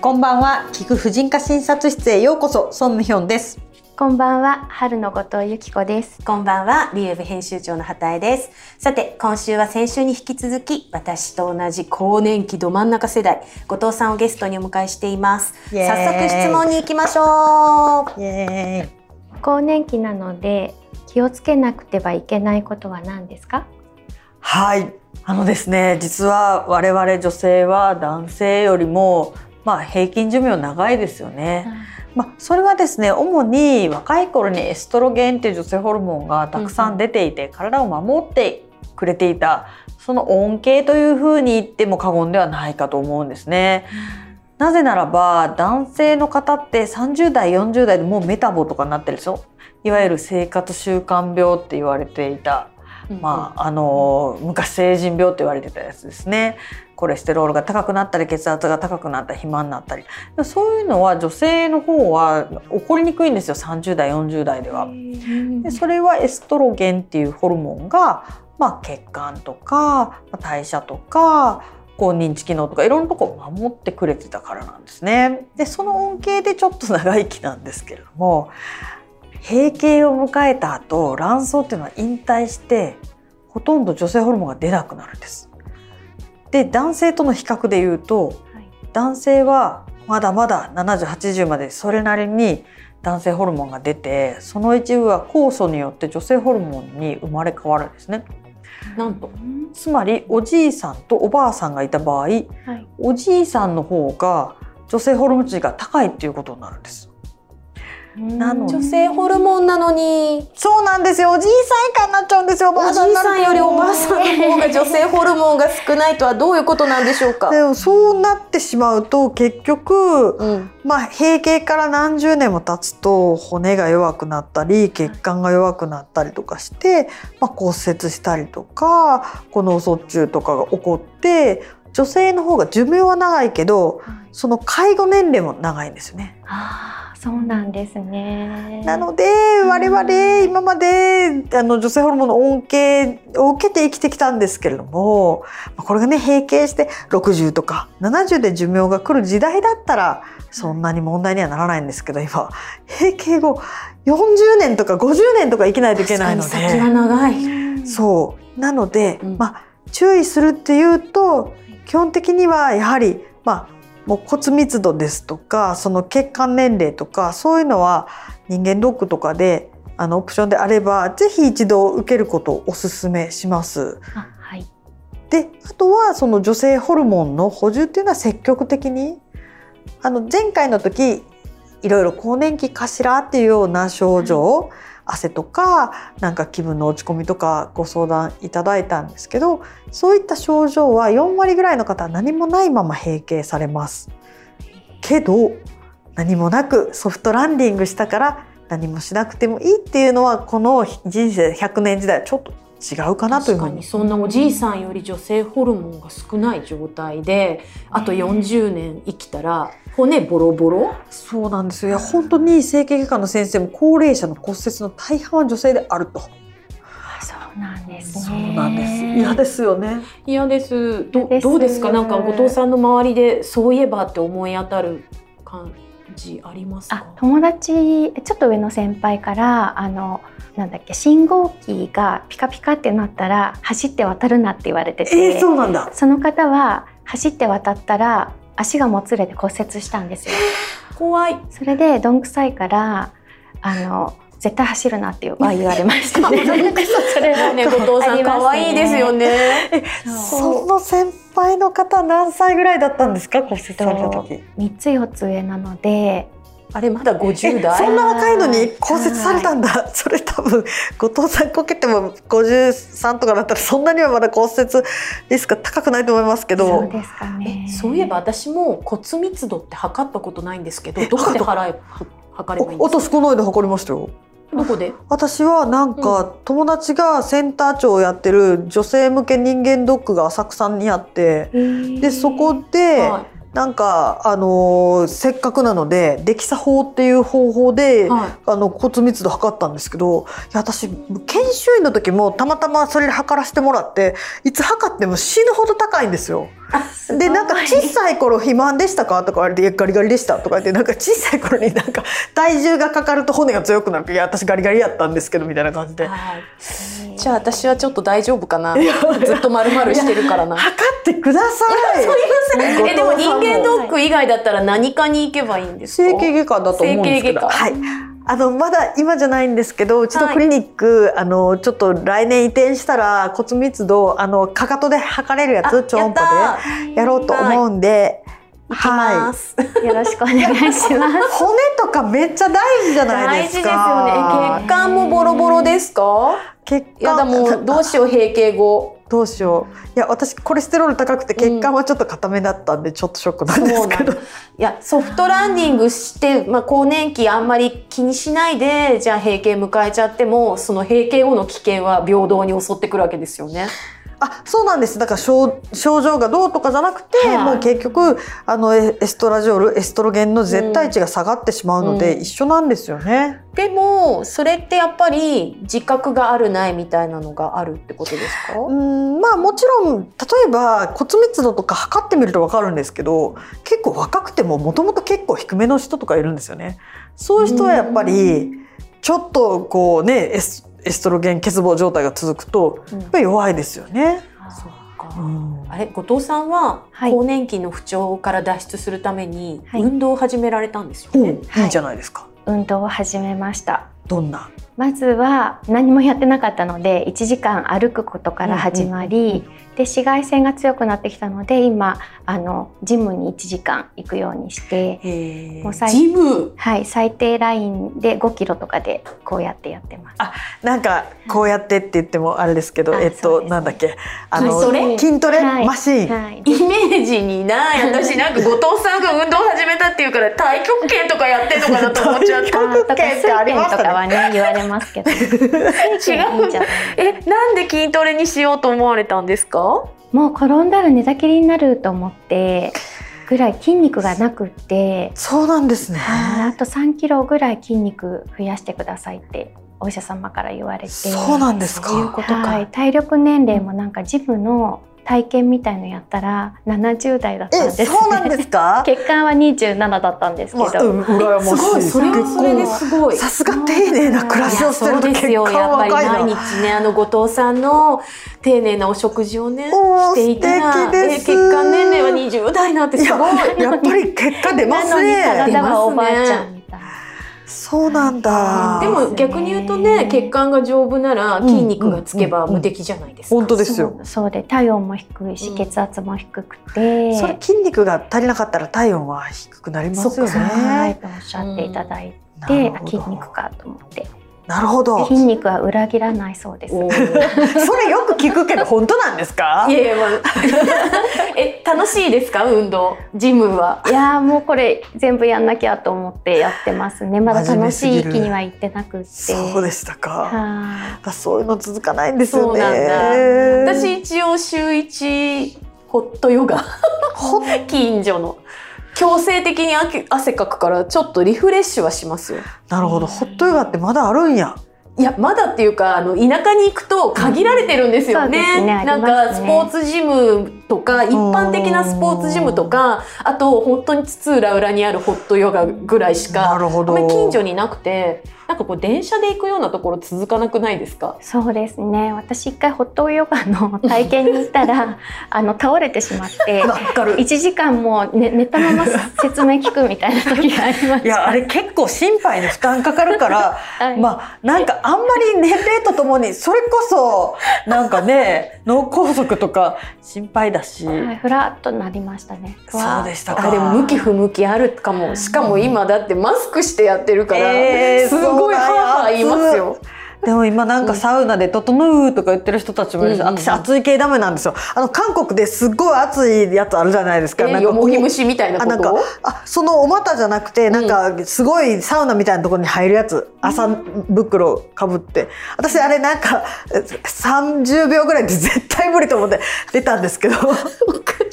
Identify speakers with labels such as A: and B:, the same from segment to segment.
A: こんばんは聞く婦人科診察室へようこそソンムヒョンです
B: こんばんは、春の後藤由紀子です。
C: こんばんは、リウェブ編集長の畑江です。さて、今週は先週に引き続き、私と同じ更年期ど真ん中世代、後藤さんをゲストにお迎えしています。
A: イエ
C: 早
A: ーイ
C: 速質問に行きましょう。
A: イエ
B: 更年期なので、気をつけなくてはいけないことは何ですか。
D: はい、あのですね、実は我々女性は男性よりもまあ平均寿命長いですよね。まあそれはですね、主に若い頃にエストロゲンっていう女性ホルモンがたくさん出ていて、体を守ってくれていたその恩恵というふうに言っても過言ではないかと思うんですね。なぜならば男性の方って30代40代でもうメタボとかになってるでしょいわゆる生活習慣病って言われていたまああの昔成人病って言われてたやつですねコレステロールが高くなったり血圧が高くなったり肥満になったりそういうのは女性の方は起こりにくいんですよ30代40代では。でそれはエストロゲンっていうホルモンが、まあ、血管とかまあ代謝とかこう認知機能とかいろんなとこを守ってくれてたからなんですね。でその恩恵でちょっと長生きなんですけれども閉経を迎えた後卵巣っていうのは引退してほとんど女性ホルモンが出なくなるんです。で男性との比較で言うと
B: はい
D: 男性はまだまだ7080までそれなりに男性ホルモンが出てその一部は酵素によって女性ホルモンに生まれ変わるんですね
C: なんと、
D: つまりおじいさんとおばあさんがいた場合
B: はい。
D: おじいさんの方が女性ホルモン値が高いっていうことになるんですなの
C: 女性ホルモンなのに、
D: そうなんですよおじいさん以下になっちゃうんですよお
C: お
D: ばあ
C: じ
D: さん
C: い
D: になる
C: さんよりおばあさんの方が女性ホルモンが少ないとはどういうことなんでしょうか。
D: でもそうなってしまうと結局
C: うん、
D: まあ、閉経から何十年も経つと骨が弱くなったり血管が弱くなったりとかして、まあ、骨折したりとかこの脳卒中とかが起こって女性の方が寿命は長いけど
B: はい
D: その介護年齢も長いんですよね。
B: ああ、そうなんですね。
D: なので我々今まであの女性ホルモンの恩恵を受けて生きてきたんですけれどもまあこれがね閉経して60とか70で寿命が来る時代だったらそんなに問題にはならないんですけど今閉経後40年とか50年とか生きないといけないの
C: 確かに先が
D: で
C: 長い。
B: うん
D: そうなので、
C: うん
D: まあ、注意するっていうと基本的にはやはり、まあ、もう骨密度ですとかその血管年齢とかそういうのは人間ドックとかであのオプションであればぜひ一度受けることをお勧めします。
B: あ、はい。
D: であとはその女性ホルモンの補充っていうのは積極的にあの前回の時いろいろ更年期かしらっていうような症状、汗とかなんか気分の落ち込みとかご相談いただいたんですけどそういった症状は4割ぐらいの方は何もないまま閉経されます。けど何もなくソフトランディングしたから何もしなくてもいいっていうのはこの人生100年時代はちょっと違うかなというふ
C: 確
D: う
C: か
D: に
C: にそんなおじいさんより女性ホルモンが少ない状態であと40年生きたら骨ボロボロ
D: そうなんですよ。いや本当に整形外科の先生も高齢者の骨折の大半は女性であると。
B: あそうなんですね。
D: 嫌ですよね。
C: 嫌ですど
B: です
C: どうですかなんか後藤さんの周りでそういえばって思い当たる感じあります
B: あ
C: か
B: 友達ちょっと上の先輩からあのなんだっけ信号機がピカピカってなったら走って渡るなって言われてて、
D: えー、そうなんだ。
B: その方は走って渡ったら足がもつれて骨折したんですよ。
C: 怖い
B: それでどんくさいからあの絶対走るなっては言われましたね。 それは
C: ね後藤さ
B: あ
C: ん
B: りますね
C: 可愛いですよね
D: その先輩の方何歳ぐらいだったんですか骨折された時。
B: 三つ四つ上なので、
C: あれまだ50
D: えそ
C: 代
D: んな若いのに骨折されたんだ。それ多分後藤さんこけても53とかだったらそんなにはまだ骨折リスクが高くないと思いますけ
B: そう
D: ど。
B: ですかね
C: え。そういえば私も骨密度って測ったことないんですけどどこで払え測ればいいん
D: お
C: ですか
D: 私この間測りましたよ。
C: どこで
D: 私はなんか友達がセンター長をやってる女性向け人間ドックが浅草にあってでそこで
C: は
D: なんかあのーせっかくなのでデキサ法っていう方法で
C: い、はい
D: あの骨密度測ったんですけどいや私研修医の時もたまたまそれで測らせてもらっていつ測っても死ぬほど高いんですよ。でなんか小さい頃肥満でしたかとか言われていや「ガリガリでした」とか言ってなんか小さい頃になんか体重がかかると骨が強くなるからいや私ガリガリやったんですけど」みたいな感じで
C: はいじゃあ私はちょっと大丈夫かなずっと丸々してるからな。
D: 測ってください。
C: すいません
D: ね
C: えでも人間ドック以外だったら何かに行けばいいんですか
D: 整形外科だと思うんですけど、
C: 整
D: は
C: 形
D: い、あのまだ今じゃないんですけどうちのクリニック、あのちょっと来年移転したら骨密度あのかかとで測れるや
C: あ
D: つ超音波
C: やっ
D: でやろうと思うんで、
C: たー行きます。
B: よろしくお願いします。
D: 骨とかめっちゃ大事じゃない
C: 大
D: で
C: 事です
D: す
C: よ
D: か。
C: ね。血管もボロボロですか？
D: 血管
C: いやだもうどうしよう閉経後。
D: どうしよういや私コレステロール高くて血管はちょっと固めだったんでちょっとショックなんですけど、
C: そういやソフトランディングして、まあ、更年期あんまり気にしないでじゃあ閉経迎えちゃってもその閉経後の危険は平等に襲ってくるわけですよね。
D: あそうなんですだから症症状がどうとかじゃなくて、
C: はい
D: もう結局あのエエストラジオールエストロゲンの絶対値が下がってしまうので、
C: うん
D: 一緒なんですよね。
C: でもそれってやっぱり自覚があるないみたいなのがあるってことですか、
D: うんまあもちろん例えば骨密度とか測ってみると分かるんですけど結構若くてももともと結構低めの人とかいるんですよね。 そういう人はやっぱりちょっとこうねエスエストロゲン欠乏状態が続くと
C: うん
D: やっぱり弱いですよね。
C: そっ
D: う
C: か
D: ん
C: あれ後藤さんは
B: はい
C: 更年期の不調から脱出するために
B: はい
C: 運動を始められたんですよ
D: お
C: ね。
D: いいじゃないですか。
B: 運動を始めました。
D: どんな
B: まずは何もやってなかったので1時間歩くことから始まり、で紫外線が強くなってきたので今あのジムに1時間行くようにして、
D: へ
B: もう最
C: ジム
B: はい、最低ラインで5キロとかでこうやってやってます。
D: なんかこうやってって言ってもあれですけど、
B: あ
D: えっ
B: そ
D: と、
B: うですね
D: なんだっけあ
C: 筋トレ
D: 筋トレ、
B: はい
D: マシーン、
B: はい、
C: イメージにない 私なんか後藤さんが運動を始めたっていうから太極拳とかやってとかだと思っちゃった
B: あーとか
D: 極拳ってありましたね
B: 水拳とかはね言われますけど水拳いいんじゃない
C: えなんで筋トレにしようと思われたんですか
B: もう転んだら寝たきりになると思ってぐらい筋肉がなくって
D: そうなんですね
B: あと3キロぐらい筋肉増やしてくださいってお医者様から言われて
D: そうなんです
C: そういう
D: か
C: ことか
B: はい、体力年齢もなんかジムの体験みたいのやったら70代だったん
D: え
B: です、ね、
D: そうなんです か
B: 血管は27だったんです け
D: まあ、
B: ど、
D: うん羨ましい
C: それはそれですごい
D: さすが丁寧な暮らしをしてると結果は若い
C: やっぱり
D: な
C: 毎日ねあの後藤さんの丁寧なお食事をね
D: おー
C: していた
D: 素
C: ら
D: 敵です
C: え血管年齢は20代なんてすごい
D: やっぱり結果出ま
B: な
D: す
B: のに
D: ね
B: 体はおばあちゃんみたいな、
D: そうなんだ
C: でも逆に言うとね血管が丈夫なら筋肉がつけば
D: うんうん
C: 無敵じゃないですか、
D: 本当ですよ
B: そうそうで体温も低いし、
C: うん
B: 血圧も低くて
D: それ筋肉が足りなかったら体温は低くなりますよ
B: そうはい
D: ね
B: とおっしゃっていただい
D: な
B: て、
D: るほど
B: あ筋肉かと思って
D: なるほ
B: で
D: ど
B: 筋肉は裏切らないそうです
C: おー
D: それよく聞くけど本当なんですか
C: いやいや、まあ、 え楽しいですか運動ジムは い
B: やーもうこれ全部やんなきゃと思ってやってますねまだ楽しい域には行ってなくって
D: そうでしたか。
B: は
D: あそういうの続かないんですよね。
C: そうなんだ私一応週一ホットヨガ 近所の強制的にあき汗かくからちょっとリフレッシュはしますよ
D: なるほど。ホットヨガってまだあるんや。
C: いやまだっていうかあの田舎に行くと限られてるんですよね,、
B: そうですねあり
C: な
B: ます
C: ん
B: ね
C: かスポーツジムとか一般的なスポーツジムとかあと本当に津々浦々にあるホットヨガぐらいし
D: な
C: か
D: るほ
C: あん
D: ど。
C: まり近所になくてなんかこう電車で行くようなところ続かなくないですか
B: いそうですね私一回ホットヨガの体験に行ったらあの倒れてし まって
D: わかる。
B: 1時間もう寝寝たまま説明聞くみたいな時がありまし
D: いやあれ結構心肺に負担かかるから、
B: た。は い
D: まあなんかあんまり年齢とともにそれ こそなんかね脳梗塞とか心配だし。
B: はい、ふらっとなりましたね。
D: そうでしたか。
C: あでも向き不向きあるかもしかも今だってマスクしてやってるから、
D: えー
C: すごい
D: そうだ
C: ハ
D: よ
C: ーハー言いますよ
D: でも今なんかサウナで「整う」とか言ってる人たちもいるし、
C: うんうんうん
D: 私暑い系ダメなんですよあの韓国ですっごい暑いやつあるじゃないです
C: え
D: か,、なん
C: ー
D: か
C: よもぎ虫みたいな
D: あなん
C: こと
D: か
C: を
D: あそのお股じゃなくてなんかすごいサウナみたいなところに入るやつ朝袋かぶって私あれなんかえ30秒ぐらいで絶対無理と思って出たんですけど
C: わかる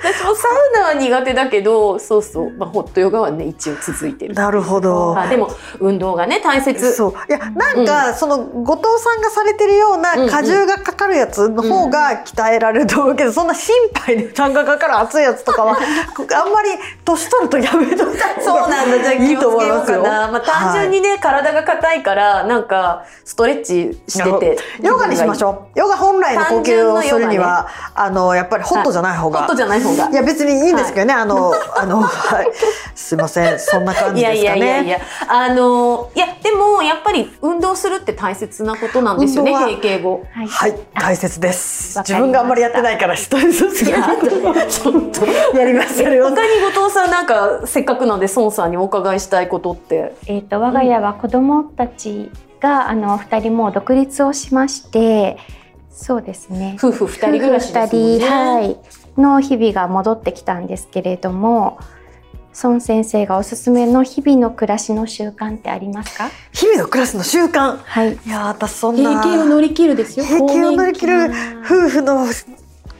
C: 私もサウナは苦手だけどそうそう、まあ、ホットヨガはね一応続いて る
D: なるほど。
C: あでも運動がね大切
D: そういやなんか、その後藤さんがされてるような
C: うんうん
D: 荷重がかかるやつの方が鍛えられると思うけど、そんな心配で負担がかかる熱いやつと かはあんまり年取るとやめといた方が
C: そうなんだじゃあ
D: い
C: 気
D: い
C: を
D: と
C: つ
D: 思
C: け
D: い
C: よ
D: ま
C: う
D: す
C: か
D: よ。
C: なまあ、単純にね、体が硬いからなんかストレッチしてて
D: ヨガにしましょう。ヨガ本来の呼吸をするには、あのやっぱりホットじゃない方
C: ホ
D: が。
C: ットじゃない方が
D: いや別にいいんですけどね、あのあのはいすいませんそんな感
C: い
D: じです
C: や
D: かね。
C: いやいやいや、あのいやでもやっぱり運動するって大切なことなんですよね
D: 運動は
C: 閉経後。
B: はい
D: はい大切です。
C: わかりました
D: 自分があんまりやって ないから一人ずつや
C: ちょっと
D: りますやります。
C: 他に後藤さんなんかせっかくなんで孫さんにお伺いしたいことって。
B: えー、と我が家は子供たちが、あの2人もう独立をしましてそうですね
C: 夫婦二人暮らしですもん
B: 夫婦二
C: ね。
B: 人はい、の日々が戻ってきたんですけれども孫先生がおすすめの日々の暮らしの習慣ってありますか
D: 日々のクラスの習慣。
B: はい
D: いや私そんな
C: 閉経を乗り切るですよ。
D: 平均を乗り切る
B: 更年期
D: 夫婦の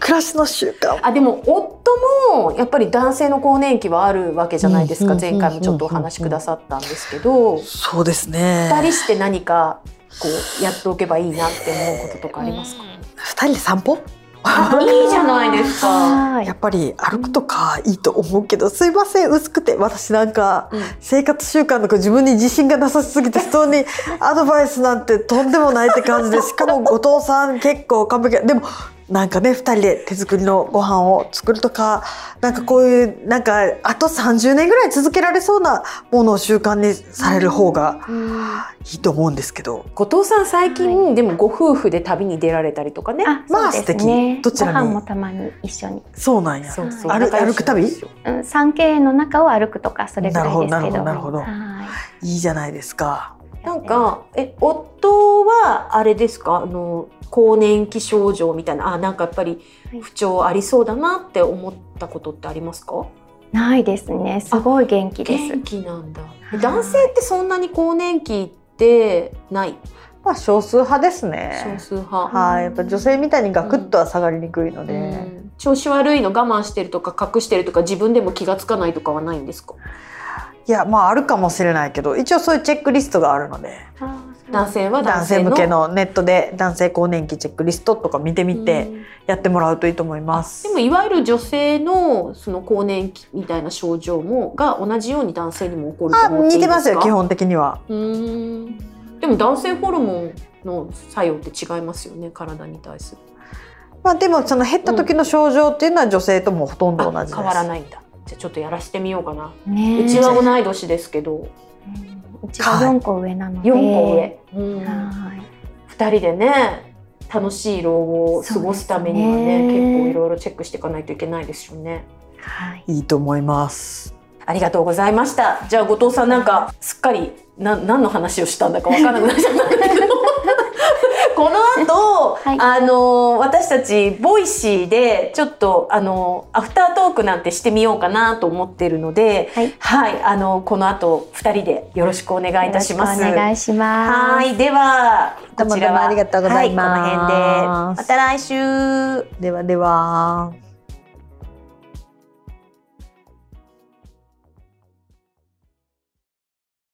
D: 暮らしの習慣。
C: あでも夫もやっぱり男性の更年期はあるわけじゃないですか
E: うん
C: 前回もちょっとお話しくださったんですけど
D: そうですね。
C: 二人して何かこうやっておけばいいなって思うこととかありますか
D: 二人で散歩？
C: いいじゃないですか。
B: はい
D: やっぱり歩くとかいいと思うけど、すいません薄くて私なんか
C: うん
D: 生活習慣とか自分に自信がなさすぎて人に アドバイスなんてとんでもないって感じでしかも後藤さん結構完璧でもなんかね2人で手作りのご飯を作るとかなんかこういうなんかあと30年ぐらい続けられそうなものを習慣にされる方がいいと思うんですけど。
C: 後藤さん最近、でもご夫婦で旅に出られたりとかね。
B: あ
D: まあ
B: そうですね
D: 素敵どちらに
B: ご飯もたまに一緒に、
D: そうなんや
C: そうそう。
D: 歩
C: 仲良し
D: 歩く旅
C: ですよ
B: うん、3K の中を歩くとかそれぐらいですけど
D: なるほどなるほどなるほど
B: はい
D: いいじゃないですか。
C: なんかえ夫はあれですかあの更年期症状みたいなあなんかやっぱり
B: はい
C: 不調ありそうだなって思ったことってありますか？
B: ないですねすごい元気です
C: 元気なんだ
B: い。
C: 男性ってそんなに更年期ってない
D: まあ少数派ですね
C: 少数派。
D: はい、やっぱ女性みたいにガクッとは下がりにくいので、
C: うん調子悪いの我慢してるとか隠してるとか自分でも気がつかないとかはないんですか
D: いやまああるかもしれないけど一応そういうチェックリストがあるので
C: 男性は
D: 男
C: 男
D: 性
C: 性の
D: 向けのネットで男性更年期チェックリストとか見てみ
C: う
D: て
C: ん
D: やってもらうといいと思います
C: で。もいわゆる女性のその更年期みたいな症状もが同じように男性にも起こると
D: あ
C: 思ってい
D: 似
C: い
D: て
C: ですか
D: ますよ基本的には。
C: うーんでも男性ホルモンの作用って違いますよね体に対する
D: まあでもその減った時の症状っていうのは女性ともほとんど同じです。
C: あ変わらないんだじゃあちょっとやらしてみようかな、
B: ねえ
C: うちは同い年ですけど
B: うちは4個上なので、
C: 4個上、うん
B: はい
C: 2人でね楽しい老後を過ごすためには
B: そう
C: ね
B: ですね
C: 結構いろいろチェックしていかないといけないですよね
B: はい、
D: いいと思います。
C: ありがとうございましたじゃあ後藤さんなんかすっかりな何の話をしたんだかわからなくなっちゃったんだけ どこの後、
B: はい
C: あの私たちボイシーでちょっとあのアフタートークなんてしてみようかなと思ってるので
B: はい
C: はい、あのこの後2人でよろしくお願いいたします。
B: よろくお願いします。
C: はい、では、こちら
E: ど
C: は
E: うもどうもありがとうございます
C: はい、この辺で、また来週。
D: ではでは。